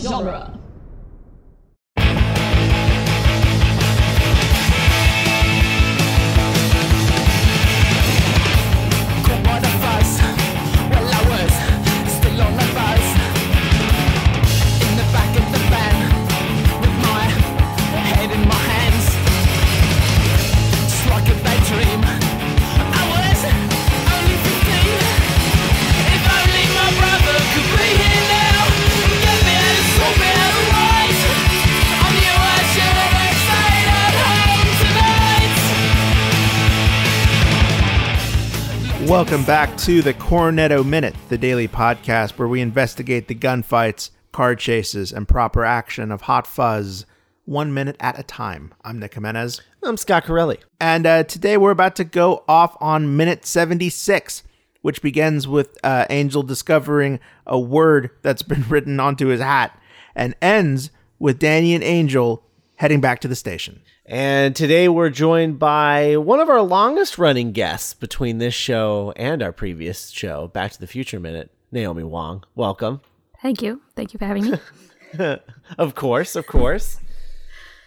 genre. Caught by the fuzz while I was still on the bus. In the back of the van with my head in my hands. Just like a bad dream. I was only 15. If only my brother could be here now. Get me out and sort me out of ways. I knew I should have stayed at home tonight. Welcome back to the Cornetto Minute, the daily podcast where we investigate the gunfights, car chases, and proper action of Hot Fuzz one minute at a time. I'm Nick Jimenez. I'm Scott Corelli. And uh, today we're about to go off on minute 76, which begins with uh, Angel discovering a word that's been written onto his hat and ends with Danny and Angel heading back to the station. And today we're joined by one of our longest running guests between this show and our previous show, Back to the Future Minute, Naomi Wong. Welcome. Thank you. Thank you for having me. Of course, of course.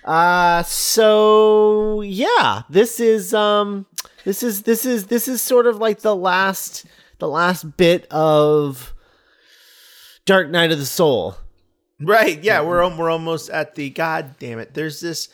Uh so yeah, this is um this is this is this is sort of like the last the last bit of Dark Knight of the Soul. Right. Yeah, we're Mm-hmm. al- we're almost at the god damn it. There's this.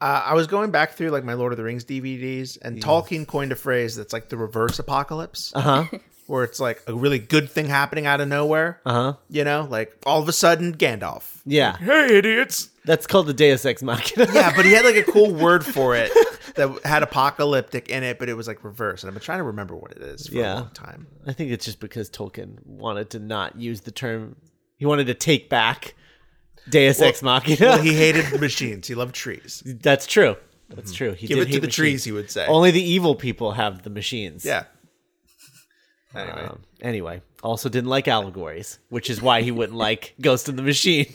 Uh, I was going back through like my Lord of the Rings DVDs, and Tolkien coined a phrase that's like the reverse apocalypse, Uh-huh. where it's like a really good thing happening out of nowhere. Uh-huh. You know, like all of a sudden Gandalf. Yeah. Hey, idiots! That's called the Deus Ex Machina. Yeah, but he had like a cool word for it that had apocalyptic in it, but it was like reverse. And I've been trying to remember what it is for Yeah. a long time. I think it's just because Tolkien wanted to not use the term. He wanted to take back Deus Ex Machina. Well, he hated machines. He loved trees. That's true. That's true. He Give did it to hate the machines. trees, he would say. Only the evil people have the machines. yeah. Anyway. Um, anyway, also didn't like allegories, which is why he wouldn't like Ghost in the Machine,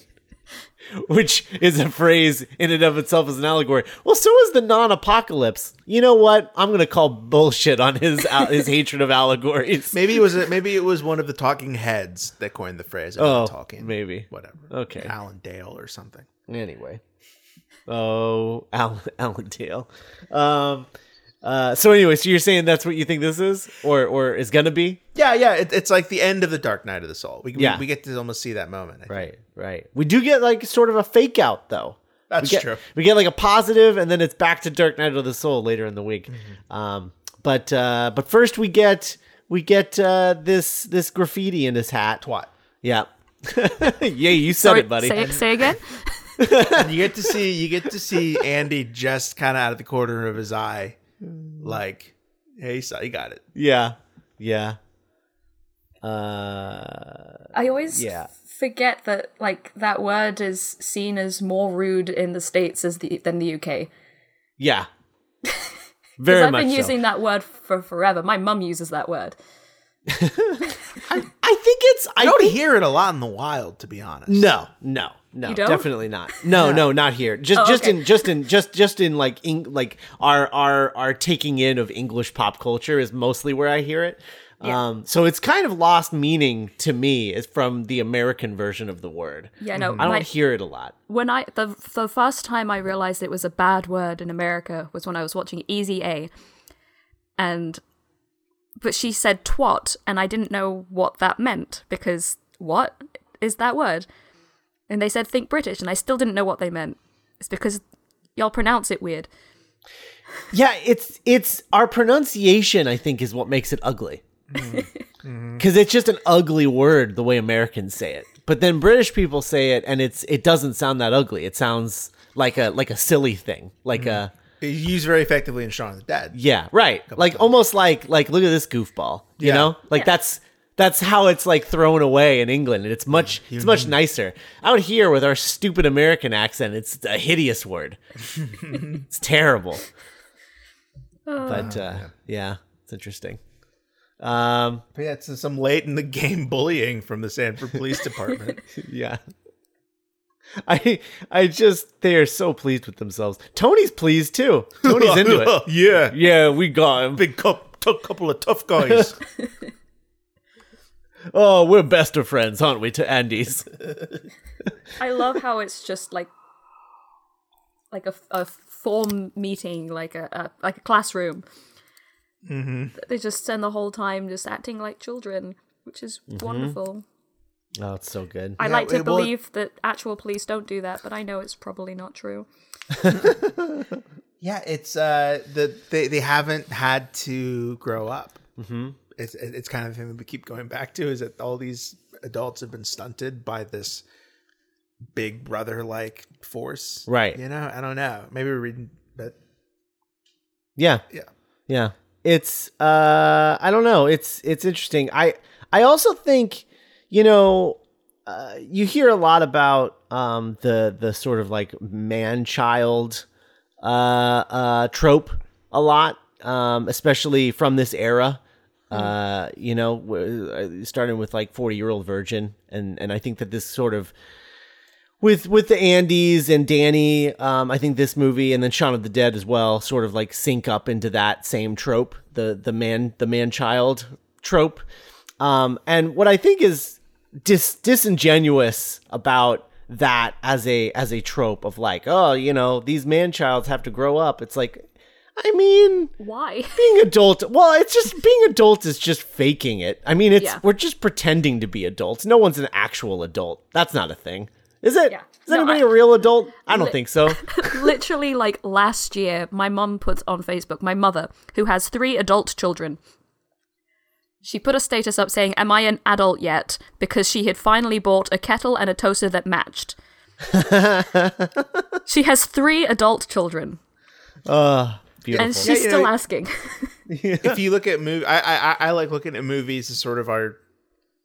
which is a phrase in and of itself as an allegory. Well, so is the non-apocalypse. You know what? I'm gonna call bullshit on his his hatred of allegories. Maybe it was a, maybe it was one of the talking heads that coined the phrase. I'm not Oh, talking maybe. whatever. Okay. Alan Dale or something. Anyway. Oh, Alan, Allendale. Um, uh, so anyway, so you're saying that's what you think this is, or or is gonna be? Yeah, yeah. It, it's like the end of the Dark Knight of the Soul. We, we- Yeah. we, get to almost see that moment. I think. Right, right. We do get like sort of a fake out though. That's we get, true. We get like a positive, and then it's back to Dark Knight of the Soul later in the week. Mm-hmm. Um, but uh, but first we get we get uh, this this graffiti in his hat. Twat. Yeah. yeah, you said Sorry, it, buddy. Say, say again. you get to see you get to see Andy just kind of out of the corner of his eye, like, hey, so you got it. Yeah, yeah. Uh, I always Yeah. f- forget that like that word is seen as more rude in the states as the than the UK. Yeah. Because Very I've much been so. using that word for forever. My mum uses that word. I think it's. I I don't think, hear it a lot in the wild, to be honest. No, no, no. You don't? Oh, Definitely not. No, no, not here. Just, just okay. in, just in, just, just in like, Eng- like our, our, our taking in of English pop culture is mostly where I hear it. Um, so it's kind of lost meaning to me is from the American version of the word. Mm. Yeah, no. I don't my- hear it a lot. when I the the first time I realized it was a bad word in America was when I was watching Easy A, and but she said twat, and I didn't know what that meant because what is that word? And they said think British, and I still didn't know what they meant. It's because y'all pronounce it weird. Yeah, it's it's our pronunciation. I think is what makes it ugly, because it's just an ugly word the way Americans say it. But then British people say it, and it's it doesn't sound that ugly. It sounds like a like a silly thing, like a It's used very effectively in Shaun of the Dead. yeah, right, like almost like like look at this goofball, you Yeah. know, like that's that's how it's like thrown away in England, and it's much it's much nicer out here with our stupid American accent. It's a hideous word. it's terrible. But uh, yeah, it's interesting. Um, But yeah, it's some late in the game bullying from the Sanford Police Department. yeah. I I just they are so pleased with themselves. Tony's pleased too. Tony's into it. yeah, Yeah, we got him. big cup, t- couple of tough guys. Oh, we're best of friends, aren't we, to Andy's? I love how it's just like like a, a form meeting, like a, a like a classroom. Mm-hmm. They just spend the whole time just acting like children, which is wonderful. Oh, it's so good. I like to it- well, it- believe that actual police don't do that, but I know it's probably not true. Yeah, it's uh the they, they haven't had to grow up. Mm-hmm. It's it- it's kind of the thing that we keep going back to is that all these adults have been stunted by this big brother like force, Right. You know, I don't know. Maybe we're reading, but Yeah. yeah, Yeah. It's uh I don't know. It's it's interesting. I I also think, you know, uh, you hear a lot about um the the sort of like man child uh uh trope a lot um especially from this era. Uh, you know, w- uh, starting with like forty-year-old virgin, and and I think that this sort of with with the Andes and Danny, um, I think this movie and then Shaun of the Dead as well sort of like sync up into that same trope, the the man the man child trope. Um, and what I think is dis- disingenuous about that as a as a trope of like, oh, you know, these man childs have to grow up. It's like, I mean, Why? being adult well it's just being adult is just faking it i mean it's Yeah. we're just pretending to be adults no one's an actual adult that's not a thing is it? Is Yeah. No, anybody I- a real adult i don't think so Literally, like last year, my mum put on Facebook, my mother, who has three adult children, she put a status up saying, Am I an adult yet? Because she had finally bought a kettle and a toaster that matched. she has three adult children, and beautiful she's Yeah, yeah, still yeah. asking. if you look at movie, I, I I- I like looking at movies as sort of our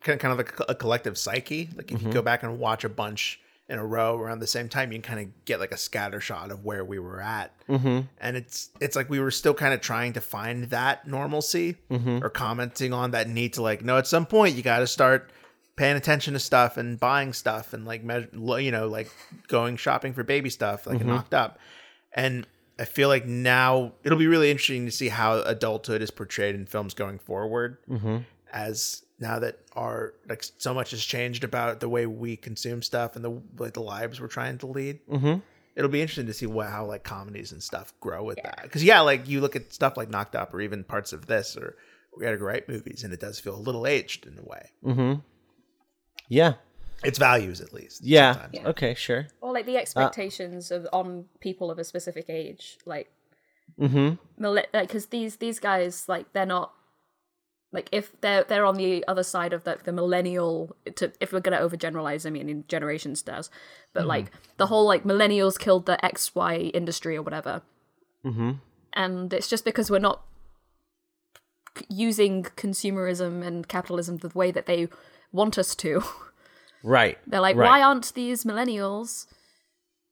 kind of, kind of like a collective psyche. Like if you go back and watch a bunch in a row around the same time, you can kind of get like a scatter shot of where we were at. Mm-hmm. And it's it's like we were still kind of trying to find that normalcy or commenting on that need to like no, at some point you got to start paying attention to stuff and buying stuff and like measure, you know, like going shopping for baby stuff, like knocked up. And I feel like now it'll be really interesting to see how adulthood is portrayed in films going forward. As now that our like so much has changed about the way we consume stuff and the like the lives we're trying to lead. Mm-hmm. It'll be interesting to see what how like comedies and stuff grow with that. Because yeah, like you look at stuff like Knocked Up or even parts of this or we gotta write movies and it does feel a little aged in a way. yeah Its values at least. yeah. sometimes. okay sure Or like the expectations of on people of a specific age, like, mm-hmm. like because these these guys like they're not like if they're they're on the other side of the, the millennial to if we're gonna overgeneralize, I mean in generation stars, but like the whole like millennials killed the X Y industry or whatever, mm-hmm. and it's just because we're not c- using consumerism and capitalism the way that they want us to. right They're like, Right. why aren't these millennials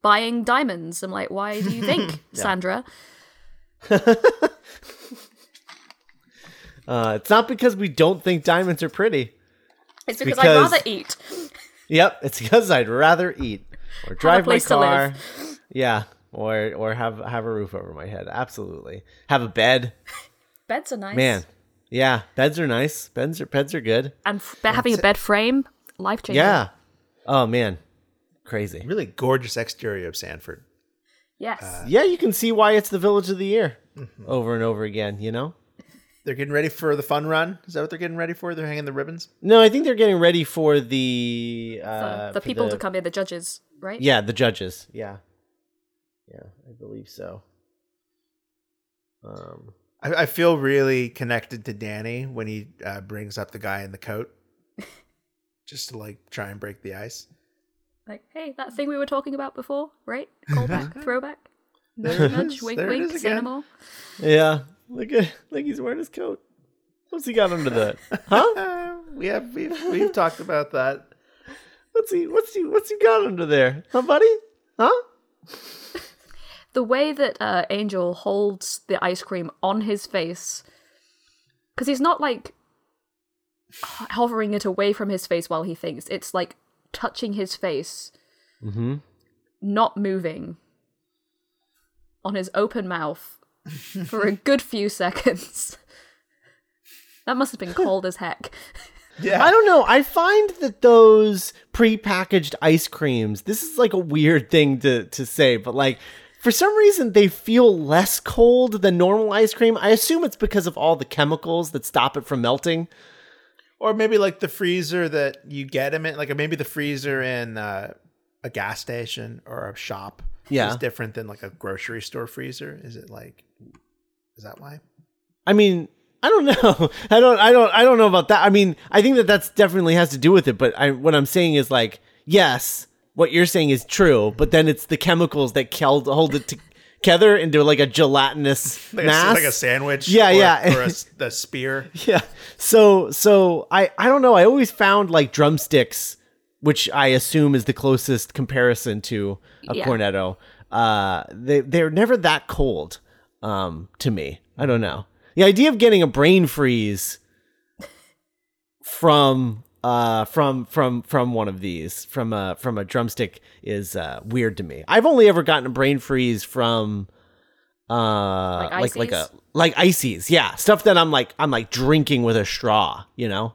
buying diamonds? I'm like, why do you think, Sandra? uh, it's not because we don't think diamonds are pretty It's because, I'd because- rather eat. yep it's because i'd rather eat or drive my place to car live. yeah or or have have a roof over my head absolutely have a bed Beds are nice. man yeah beds are nice beds are beds are good And f- but having a bed frame, life changing. Yeah. Oh man, crazy. Really gorgeous exterior of Sanford. Yes. Yeah, you can see why it's the village of the year Mm-hmm. over and over again. You know. They're getting ready for the fun run. Is that what they're getting ready for? They're hanging the ribbons. No, I think they're getting ready for the The- uh, the for people to come in, the judges, right? Yeah, the judges. Yeah. Yeah, I believe so. Um. I, I feel really connected to Danny when he uh, brings up the guy in the coat, just to like try and break the ice. Like, hey, that thing we were talking about before, right? Callback, throwback. Nudge, There it nudge, is. wink, There it wink, is again. cinema. Yeah. Look at look. He's wearing his coat. What's he got under that? Huh? Uh, we have we've, we've talked about that. What's he? What's he? What's he got under there? Huh, buddy? Huh? The way that uh, Angel holds the ice cream on his face, because he's not like h- hovering it away from his face while he thinks. It's like touching his face, not moving, on his open mouth for a good few seconds. That must have been cold as heck. Yeah. I don't know. I find that those prepackaged ice creams, this is like a weird thing to, to say, but like for some reason they feel less cold than normal ice cream. I assume it's because of all the chemicals that stop it from melting. Or maybe like the freezer that you get them in, like maybe the freezer in uh, a gas station or a shop Yeah. is different than like a grocery store freezer. Is it like, is that why? I mean, I don't know. I don't I don't I don't know about that. I mean, I think that that's definitely has to do with it, but I what I'm saying is like, yes, what you're saying is true, but then it's the chemicals that keld, hold it together into like a gelatinous Like, mass. A, like a sandwich? Yeah, or, yeah. Or a, s- the spear? yeah. So so I I don't know. I always found like drumsticks, which I assume is the closest comparison to a Yeah. cornetto. Uh, they they're never that cold, um, to me. I don't know. The idea of getting a brain freeze from uh from from from one of these from a from a drumstick is uh weird to me. I've only ever gotten a brain freeze from uh like Like like a ices? like ices, yeah, stuff that I'm like I'm like drinking with a straw, you know.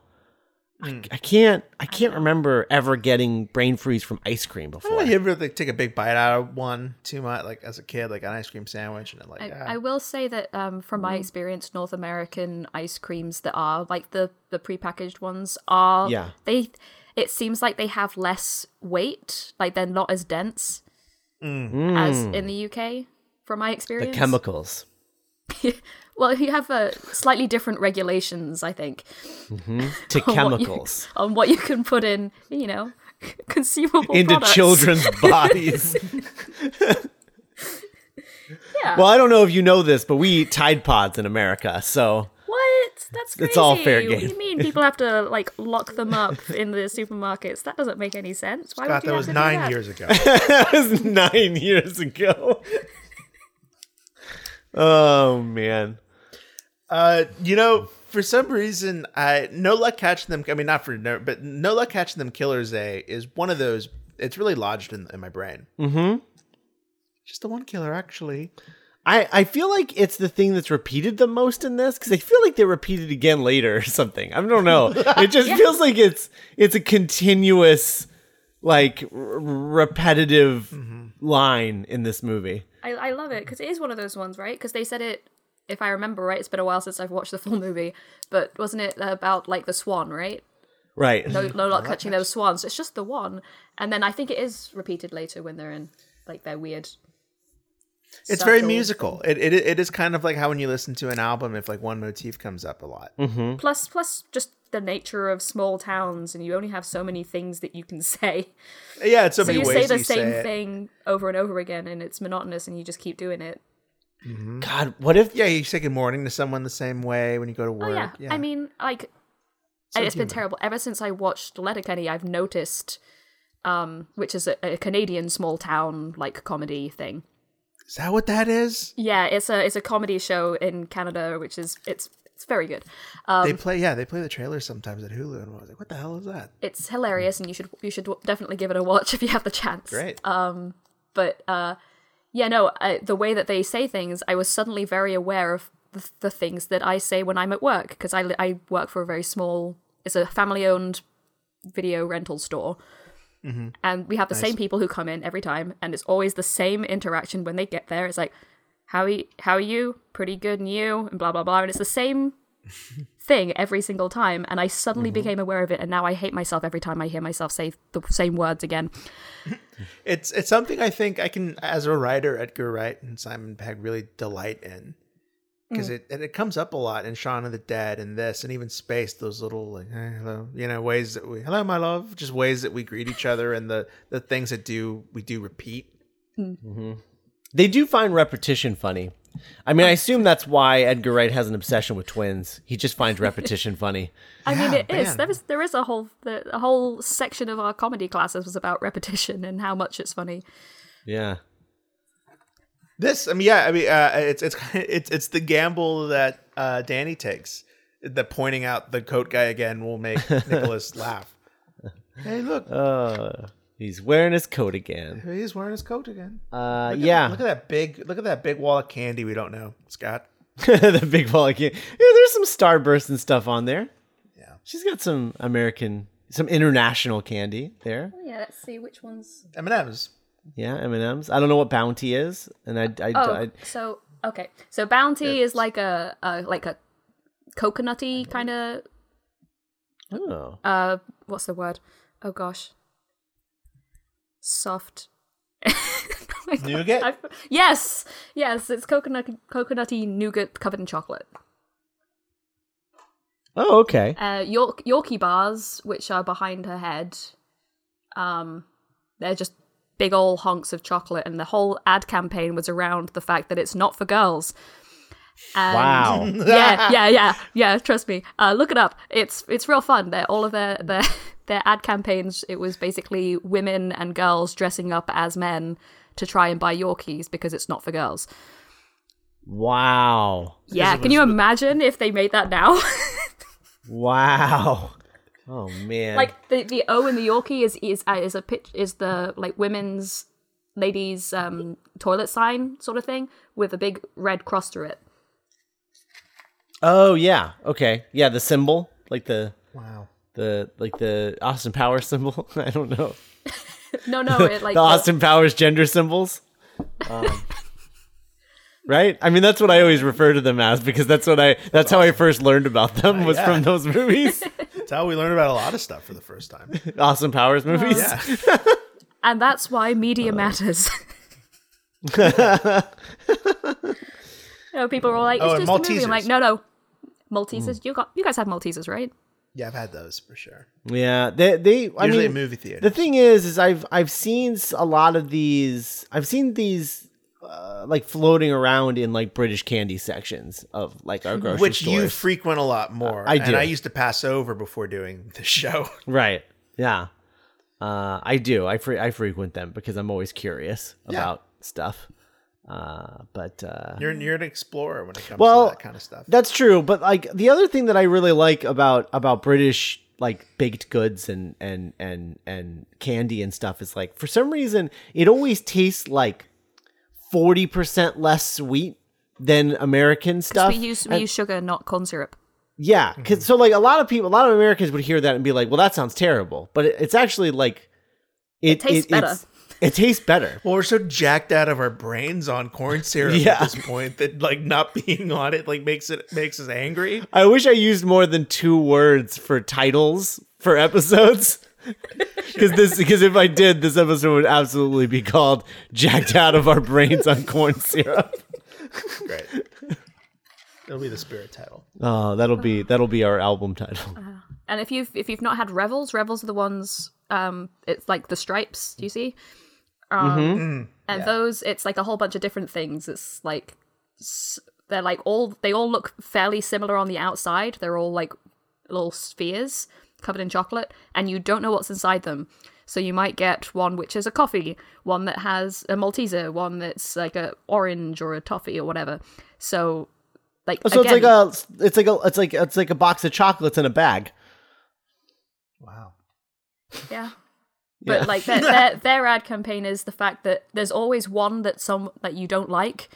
I, I can't I can't remember ever getting brain freeze from ice cream I don't before. know, you ever like take a big bite out of one too much, like as a kid, like an ice cream sandwich, and it, like I, ah. I will say that um, from my experience, North American ice creams that are like the the prepackaged ones are Yeah. they it seems like they have less weight, like they're not as dense as in the UK from my Mm. The experience. chemicals. well, you have uh, slightly different regulations, I think, To on what you- chemicals. on what you can put in, you know, consumable Into products. children's bodies. Yeah. well, I don't know if you know this, but we eat Tide Pods in America, so What? That's crazy. It's all fair What do game. you mean people have to like lock them up in the supermarkets? That doesn't make any sense. Why God, would you that have was to do nine that? years ago. that was nine years ago. oh man. Uh, you know, for some reason, I no luck catching them. I mean, not for no, but no luck catching them. Killers A is one of those. It's really lodged in, in my brain. Mm-hmm. Just the one killer, actually. I, I feel like it's the thing that's repeated the most in this because I feel like they repeat it again later or something. I don't know. It just feels like it's it's a continuous, like r- repetitive Mm-hmm. line in this movie. I, I love it because it is one of those ones, right? Because they said it. If I remember right, it's been a while since I've watched the full movie, but wasn't it about like the swan, right? Right. No, no luck catching those swans. It's just the one, and then I think it is repeated later when they're in like their weird. It's very subtle- musical. It, it it is kind of like how when you listen to an album, if like one motif comes up a lot. Plus, plus just the nature of small towns, and you only have so many things that you can say. Yeah, it's so, So many you ways say the you same say it. thing over and over again, and it's monotonous, and you just keep doing it. Mm-hmm. God, what if Yeah, you say good morning to someone the same way when you go to work. Oh yeah. I mean, like, and it's been human. terrible. Ever since I watched Letterkenny, I've noticed, um, which is a, a Canadian small town like comedy thing. is that what that is? Yeah, it's a it's a comedy show in Canada, which is it's it's very good. they Um, play. Yeah, they play the trailer sometimes at Hulu, and I was like, what the hell is that? It's hilarious, and you should you should w- definitely give it a watch if you have the chance. Great. but uh yeah no I, the way that they say things i was suddenly very aware of the, the things that i say when i'm at work because I, li- I work for a very small it's a family owned video rental store and we have the same people who come in every time and it's always the same interaction when they get there it's like how are you, how are you pretty good and you and blah blah blah and it's the same thing every single time and i suddenly became aware of it and now i hate myself every time i hear myself say the same words again It's it's something I think I can, as a writer, Edgar Wright and Simon Pegg really delight in because it and it comes up a lot in Shaun of the Dead and this and even Space. Those little like eh, hello, you know, ways that we hello, my love, just ways that we greet each other and the the things that do we do repeat. They do find repetition funny. I mean, I assume that's why Edgar Wright has an obsession with twins. He just finds repetition funny. I mean, Yeah, it is. man. There is there is a whole the, a whole section of our comedy classes was about repetition and how much it's funny. Yeah. This, I mean, yeah, I mean, uh, it's it's it's it's the gamble that uh, Danny takes. That pointing out the coat guy again will make Nicholas laugh. Hey, look, Uh, he's wearing his coat again. he's wearing his coat again. Uh, Look at- yeah. look at that big look at that big wall of candy we don't know, Scott. the big ball of candy. Yeah, there's some starburst and stuff on there. Yeah. She's got some American, some international candy there. Yeah, let's see which ones. M&M's. Yeah, M and M's. I don't know what Bounty is, and I, I, Oh, I- so okay. So bounty is like a, a like a coconutty kind of oh. uh what's the word? Oh gosh. Soft. Oh Nougat? I- yes. Yes, it's coconut coconutty nougat covered in chocolate. oh, okay. Uh York Yorkie bars which are behind her head. Um they're just big ol' honks of chocolate and the whole ad campaign was around the fact that it's not for girls. And Wow. yeah, yeah, yeah, yeah. Trust me. Uh, look it up. It's it's real fun. They're, all of their their their ad campaigns. It was basically women and girls dressing up as men to try and buy Yorkies because it's not for girls. wow. Yeah, can you imagine if they made that now? Wow. Oh man. like the the O in the Yorkie is is uh, is a pitch is the like women's ladies um toilet sign sort of thing with a big red cross through it. Oh yeah. Okay. Yeah, the symbol, like the Wow. the like the Austin Powers symbol. I don't know. No, no, it like the Austin Powers gender symbols. Um, right? I mean, that's what I always refer to them as because that's what I that's how I first learned about them was Uh, yeah. from those movies. That's how we learn about a lot of stuff for the first time. Austin Powers movies. Yeah. and that's why media matters. you know, people were like, "It's Oh, and just a movie." Maltesers. I'm Hmm. like, "No, no, Maltesers. You got, you guys have Maltesers, right?" yeah, I've had those for sure. Yeah, they they I Usually mean, at movie theaters. The thing is, is I've I've seen s- a lot of these. I've seen these uh, like floating around in like British candy sections of like our grocery Which stores. you frequent a lot more. I do. And I used to pass over before doing the show. right? Yeah, uh, I do. I fre- I frequent them because I'm always curious Yeah. about stuff. Uh, but uh, You're, you're an explorer when it comes Well, to that kind of stuff. That's true, but like the other thing that I really like about about British like baked goods and and and and candy and stuff is like for some reason it always tastes like 40% less sweet than American stuff. We use we use sugar, not corn syrup. Yeah, Mm-hmm. 'cause- so like a lot of people, a lot of Americans would hear that and be like, "Well, that sounds terrible," but it, it's actually like it, tastes better. it's- It tastes better. Well, we're so jacked out of our brains on corn syrup Yeah. at this point that like not being on it like makes it makes us angry. I wish I used more than two words for titles for episodes. Because this, because if I did, this episode would absolutely be called "Jacked Out of Our Brains on Corn Syrup." Right. That'll be the spirit title. Oh, that'll be that'll be our album title. Uh-huh. And if you've if you've not had revels, revels are the ones. Um, it's like the stripes. Do you see? Um, Mm. and those it's like a whole bunch of different things. It's like s- they're like all they all look fairly similar on the outside. They're all like little spheres covered in chocolate, and you don't know what's inside them. So you might get one which is a coffee, one that has a Malteser, one that's like a orange or a toffee or whatever. So, like, So again, it's like a, it's like a, it's like it's like a box of chocolates in a bag. Wow. Yeah. But Yeah. like their, their their ad campaign is the fact that there's always one that some that you don't like,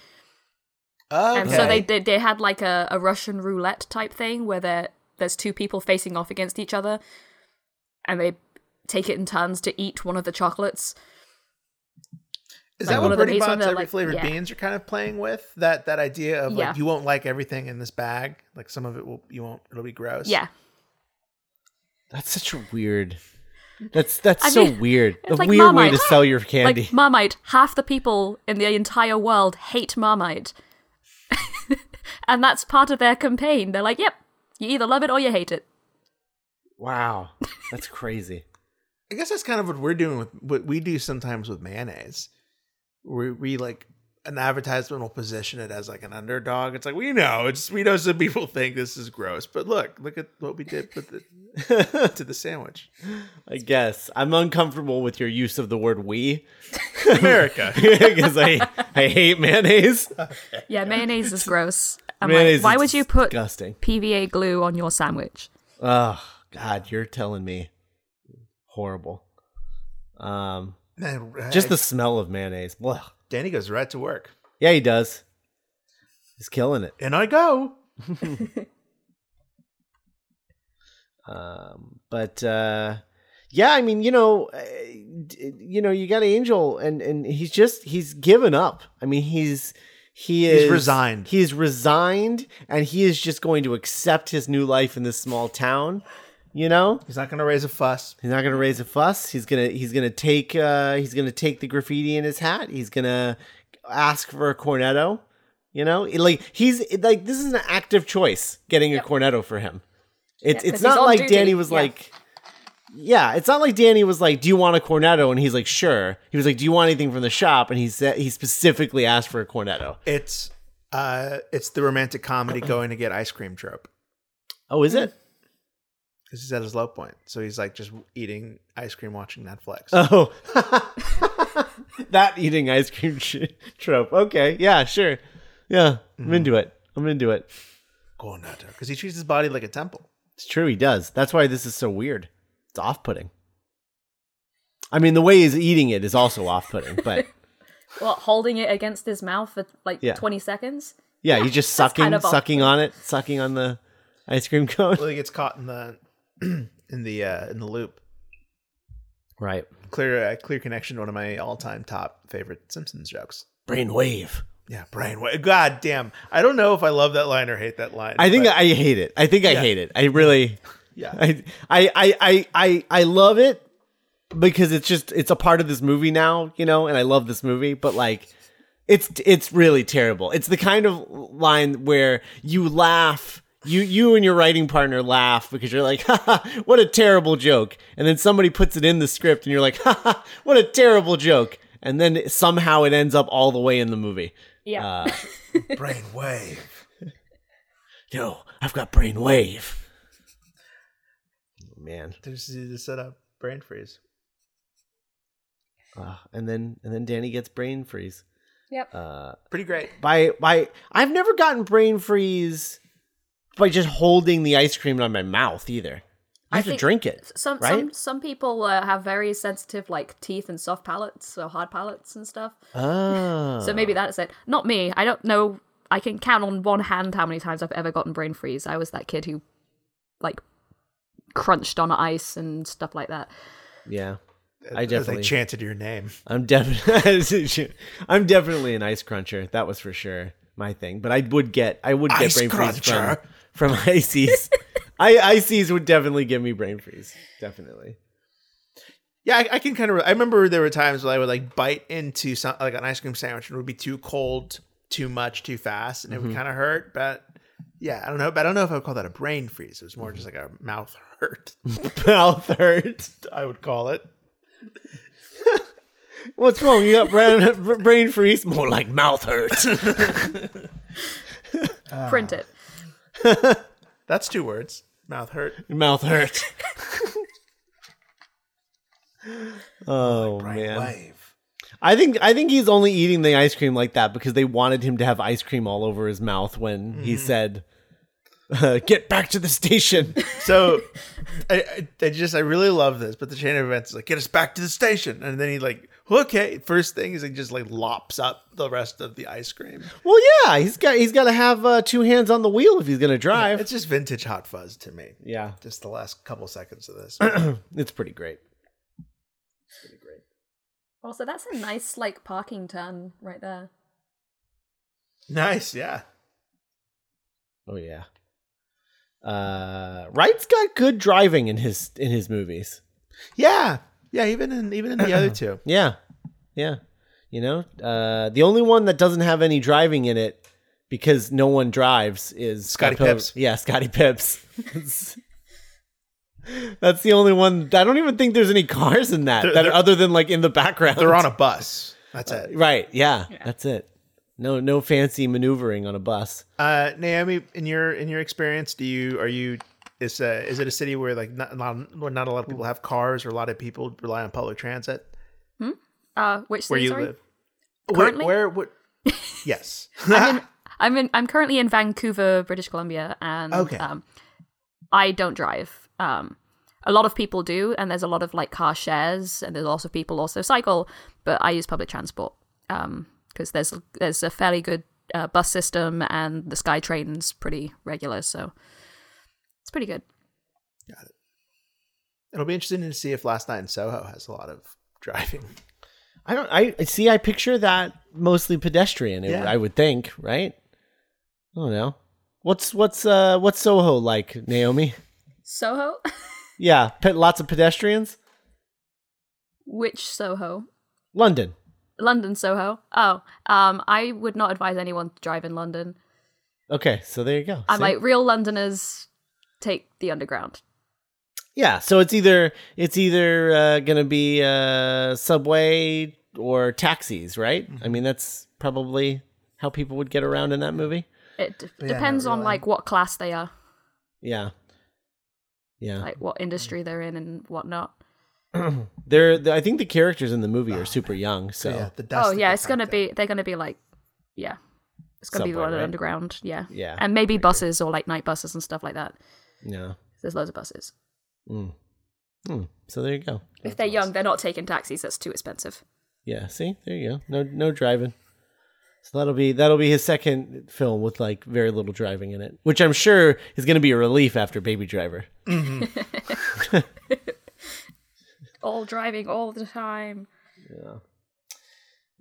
Okay. and so they did they had like a, a Russian roulette type thing where there there's two people facing off against each other, and they take it in turns to eat one of the chocolates. Is like that one what of the Bernie meats on Bob's the, every like- flavored yeah. beans are kind of playing with? That that idea of Yeah. like you won't like everything in this bag. Like some of it will you won't it'll be gross. Yeah, That's such a weird. That's that's I so mean, weird. it's A like weird way Marmite. to sell your candy. like Marmite. Half the people in the entire world hate Marmite, and that's part of their campaign. They're like, "Yep, you either love it or you hate it." wow, that's crazy. I guess that's kind of what we're doing with what we do sometimes with mayonnaise. We we like an advertisement will position it as like an underdog. It's like we know it's we know some people think this is gross, but look, look at what we did with the to the sandwich. I guess I'm uncomfortable with your use of the word "we" America. because I I hate mayonnaise. Yeah, mayonnaise is gross. I'm Mayonnaise like, why is would you put disgusting? PVA glue on your sandwich? Oh God, you're telling me horrible. Um, Man, just the I- smell of mayonnaise. Blah. Danny goes right to work. Yeah, he does. He's killing it. And I go. Um, but uh, yeah, I mean, you know, uh, d- you know, you got Angel, and and he's just he's given up. I mean, he's he is resigned. He's resigned, and he is just going to accept his new life in this small town. You know, He's not going to raise a fuss. He's not gonna raise a fuss. He's gonna he's gonna take uh, he's gonna take the graffiti in his hat. He's gonna ask for a cornetto. You know, It- like he's it- like this is an active choice getting a cornetto for him. It's 'cause it's he's not on like duty. Danny was Yeah. like, yeah, it's not like Danny was like, do you want a cornetto? And he's like, sure. He was like, do you want anything from the shop? And he said he specifically asked for a cornetto. It's uh, it's the romantic comedy going to get ice cream trope Oh, Hmm. is it? because he's at his low point. So he's like just eating ice cream, watching Netflix. Oh, that eating ice cream tr- trope. Okay, yeah, sure, yeah, I'm into it. I'm into it. because he treats his body like a temple. It's true, he does. That's why this is so weird. It's off putting. I mean, the way he's eating it is also off putting, but Well, holding it against his mouth for like Yeah. 20 seconds. yeah, he's just sucking, kind of sucking on it, sucking on the ice cream cone. Well, he gets caught in the in the uh, in the loop. Right. Clear uh, clear connection. to One of my all time top favorite Simpsons jokes. Brainwave. Yeah, Brian. Wa- God damn. I don't know if I love that line or hate that line. I think but I hate it. I think I hate it. I really. Yeah. I, I I I I I love it because it's just it's a part of this movie now, you know, and I love this movie, but like it's it's really terrible. It's the kind of line where you laugh you you and your writing partner laugh because you're like, "Ha, ha, what a terrible joke. And then somebody puts it in the script and you're like, "Ha, ha, what a terrible joke. And then somehow it ends up all the way in the movie. Yeah. Uh, brainwave. No, I've got brainwave. Man. There's the setup. Brain freeze. Uh, and then and then Danny gets brain freeze. yep. uh, Pretty great. By by I've never gotten brain freeze by just holding the ice cream on my mouth either. I I have to think drink it. some right? some some people uh, have very sensitive like teeth and soft palates or hard palates and stuff. Ah. So maybe that's it. Not me. I don't know. I can count on one hand how many times I've ever gotten brain freeze. I was that kid who, like, crunched on ice and stuff like that. yeah. I As they definitely chanted your name. I'm definitely I'm definitely an ice cruncher. That was for sure my thing. But I would get I would get Ice brain freeze cruncher. from from ICs. I ICs would definitely give me brain freeze. Definitely. Yeah, I, I can kind of. I remember there were times when I would like bite into some like an ice cream sandwich and it would be too cold, too much, too fast, and it would kind of hurt. But yeah, I don't know. But I don't know if I would call that a brain freeze. It was more just like a mouth hurt. Mouth hurt. I would call it. What's wrong? You got brain, brain freeze? More like mouth hurt. Print it. That's two words. Mouth hurt. mouth hurt. oh man. Wave. I think I think he's only eating the ice cream like that because they wanted him to have ice cream all over his mouth when he Mm-hmm. said uh, get back to the station. So I, I, I just I really love this, but the chain of events is like get us back to the station, and then he like okay. First thing is he just like lops up the rest of the ice cream. well, yeah, he's got he's got to have uh, two hands on the wheel if he's going to drive. It's just vintage hot fuzz to me. yeah, Just the last couple seconds of this. it's pretty great. Also, that's a nice like parking turn right there. nice, yeah. Oh yeah. Uh, Wright's got good driving in his in his movies. Yeah. Yeah, even in even in the other two. Yeah. Yeah. You know, uh, the only one that doesn't have any driving in it because no one drives is Scotty Scott Pil- Pips. Yeah, Scotty Pips. That's the only one. I don't even think there's any cars in that, that they're- other than like in the background. They're on a bus. Uh, That's it. right. Yeah, that's it. No, no fancy maneuvering on a bus. Uh Naomi, in your in your experience, do you are you is uh, is it a city where like not not, where not a lot of people have cars or a lot of people rely on public transit? Uh, which Where city, you sorry? live? Currently? Where, where what Yes. I'm in. I'm currently in Vancouver, British Columbia, and Okay. um, I don't drive. Um, a lot of people do, and there's a lot of like car shares, and there's lots of people also cycle. But I use public transport because there's there's a fairly good uh, bus system, and the SkyTrain's pretty regular, so it's pretty good. Got it. It'll be interesting to see if Last Night in Soho has a lot of driving. I don't. I see. I picture that mostly pedestrian. Yeah. I would think, right? I don't know. What's what's uh what's Soho like, Naomi? Soho? Yeah, pe- lots of pedestrians. Which Soho? London. London Soho. Oh, um, I would not advise anyone to drive in London. Okay, so there you go. I'm See? like, real Londoners take the underground. yeah. So it's either it's either uh, gonna be uh, subway or taxis, right? I mean, that's probably how people would get around in that movie. It d- Yeah, not depends on really. like what class they are, Yeah, yeah. like what industry they're in and whatnot. They're, the- I think the characters in the movie are super young. Ah, So yeah, the dust oh that yeah, they it's gonna packed be they're gonna be like, yeah, it's gonna be Subway, London right? underground. Yeah, Yeah, and maybe buses or like night buses and stuff like that. yeah. There's loads of buses. Mm. Mm. So there you go. if they're young, they're not taking taxis. That's too expensive. Yeah, see, there you go. No, no driving. So that'll be that'll be his second film with like very little driving in it, which I'm sure is going to be a relief after Baby Driver. All driving all the time.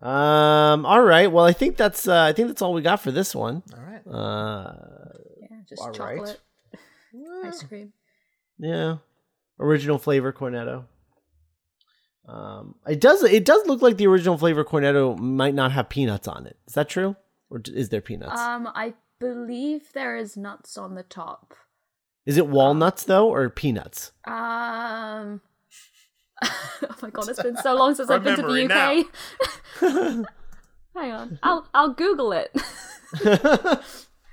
Um. All right. Well, I think that's uh, I think that's all we got for this one. All right. Uh. Yeah, just All right. chocolate, ice cream. Yeah. Original flavor cornetto. Um. It does it does look like the original flavor cornetto might not have peanuts on it. Is that true? Or d- is there peanuts? Um, I believe there is nuts on the top. is it walnuts though, or peanuts? Um. oh my god, it's been so long since I've been to the Remembering UK. Hang on, I'll I'll Google it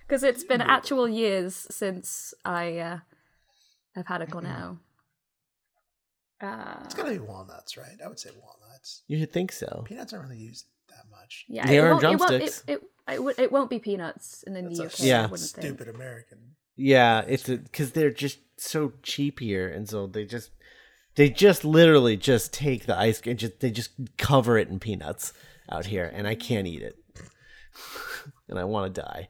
because it's been actual years since I uh, have had a Mm-hmm. cornetto. Uh, It's gotta be walnuts, right? I would say walnuts. You'd think so. Peanuts aren't really used that much. yeah, They it are won't- it won't- drumsticks. It, it, it, won't- it won't be peanuts in, in the UK. That's a I Yeah. wouldn't think. stupid American. Yeah, it's because they're just so cheap here, and so they just they just literally just take the ice cream, just they just cover it in peanuts out here, and I can't eat it, and I want to die,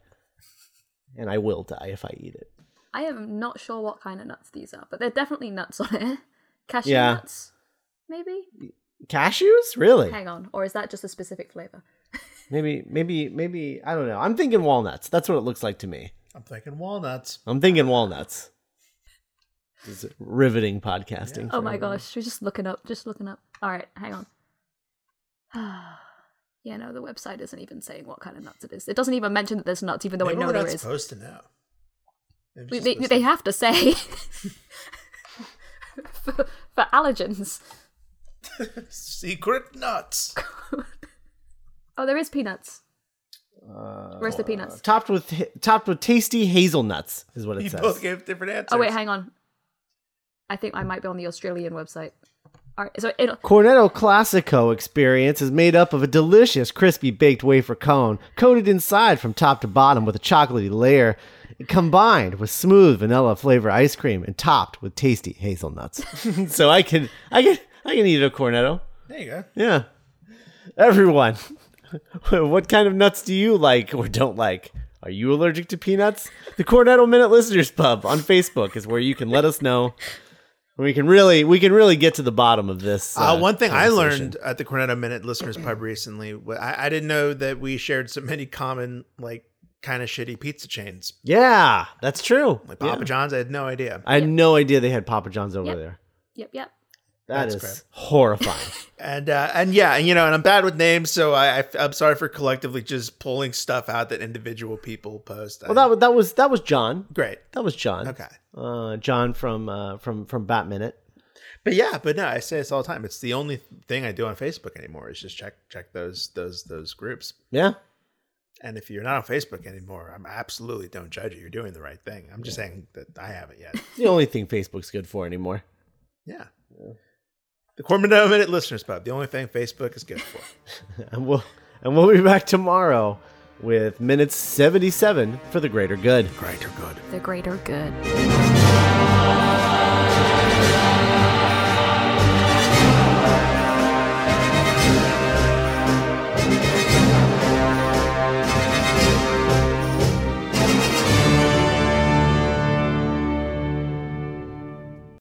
and I will die if I eat it. I am not sure what kind of nuts these are, but they're definitely nuts on it. Cashew Yeah. nuts, maybe. Cashews, really? Hang on, or is that just a specific flavor? Maybe, maybe, maybe I don't know. I'm thinking walnuts. That's what it looks like to me. I'm thinking walnuts. I'm thinking walnuts. This is riveting podcasting. Oh for my everyone. gosh, we're just looking up, just looking up. All right, hang on. yeah, no, the website isn't even saying what kind of nuts it is. It doesn't even mention that there's nuts, even though Maybe I know we're there not is. supposed to know. Maybe We- it's They, supposed they to- have to say for, for allergens. secret nuts. Oh, there is peanuts. Where's the peanuts? Topped with topped with tasty hazelnuts is what it You says. both gave different answers. Oh wait, hang on. I think I might be on the Australian website. All right, so it'll, Cornetto Classico experience is made up of a delicious, crispy baked wafer cone, coated inside from top to bottom with a chocolatey layer, combined with smooth vanilla flavor ice cream and topped with tasty hazelnuts. so I can, I can, I can eat a cornetto. There you go. Yeah, everyone. what kind of nuts do you like or don't like? Are you allergic to peanuts? The Cornetto Minute Listeners Pub on Facebook is where you can let us know. We can really, we can really get to the bottom of this. Uh, uh, one thing I conversation. learned at the Cornetto Minute Listeners Pub recently, wa- I, I didn't know that we shared so many common, like, kind of shitty pizza chains. Yeah, that's true. Like Papa Yeah. John's, I had no idea. I had no idea they had Papa John's over Yep. there. yep, yep. That That's is crap. horrifying. And uh, and yeah, and you know, and I'm bad with names, so I, I I'm sorry for collectively just pulling stuff out that individual people post. well, that was that was that was John. great. That was John. Okay, Uh, John from uh, from from Bat Minute. but yeah, but no, I say this all the time. It's the only thing I do on Facebook anymore is just check check those those those groups. Yeah. And if you're not on Facebook anymore, I'm absolutely don't judge you. You're doing the right thing. I'm just saying that I haven't yet. It's the only thing Facebook's good for anymore. Yeah. The Cormorant Minute Listeners Pub, the only thing Facebook is good for. And we'll and we'll be back tomorrow with minutes seventy seven for the greater good. Greater good. The greater good. Greater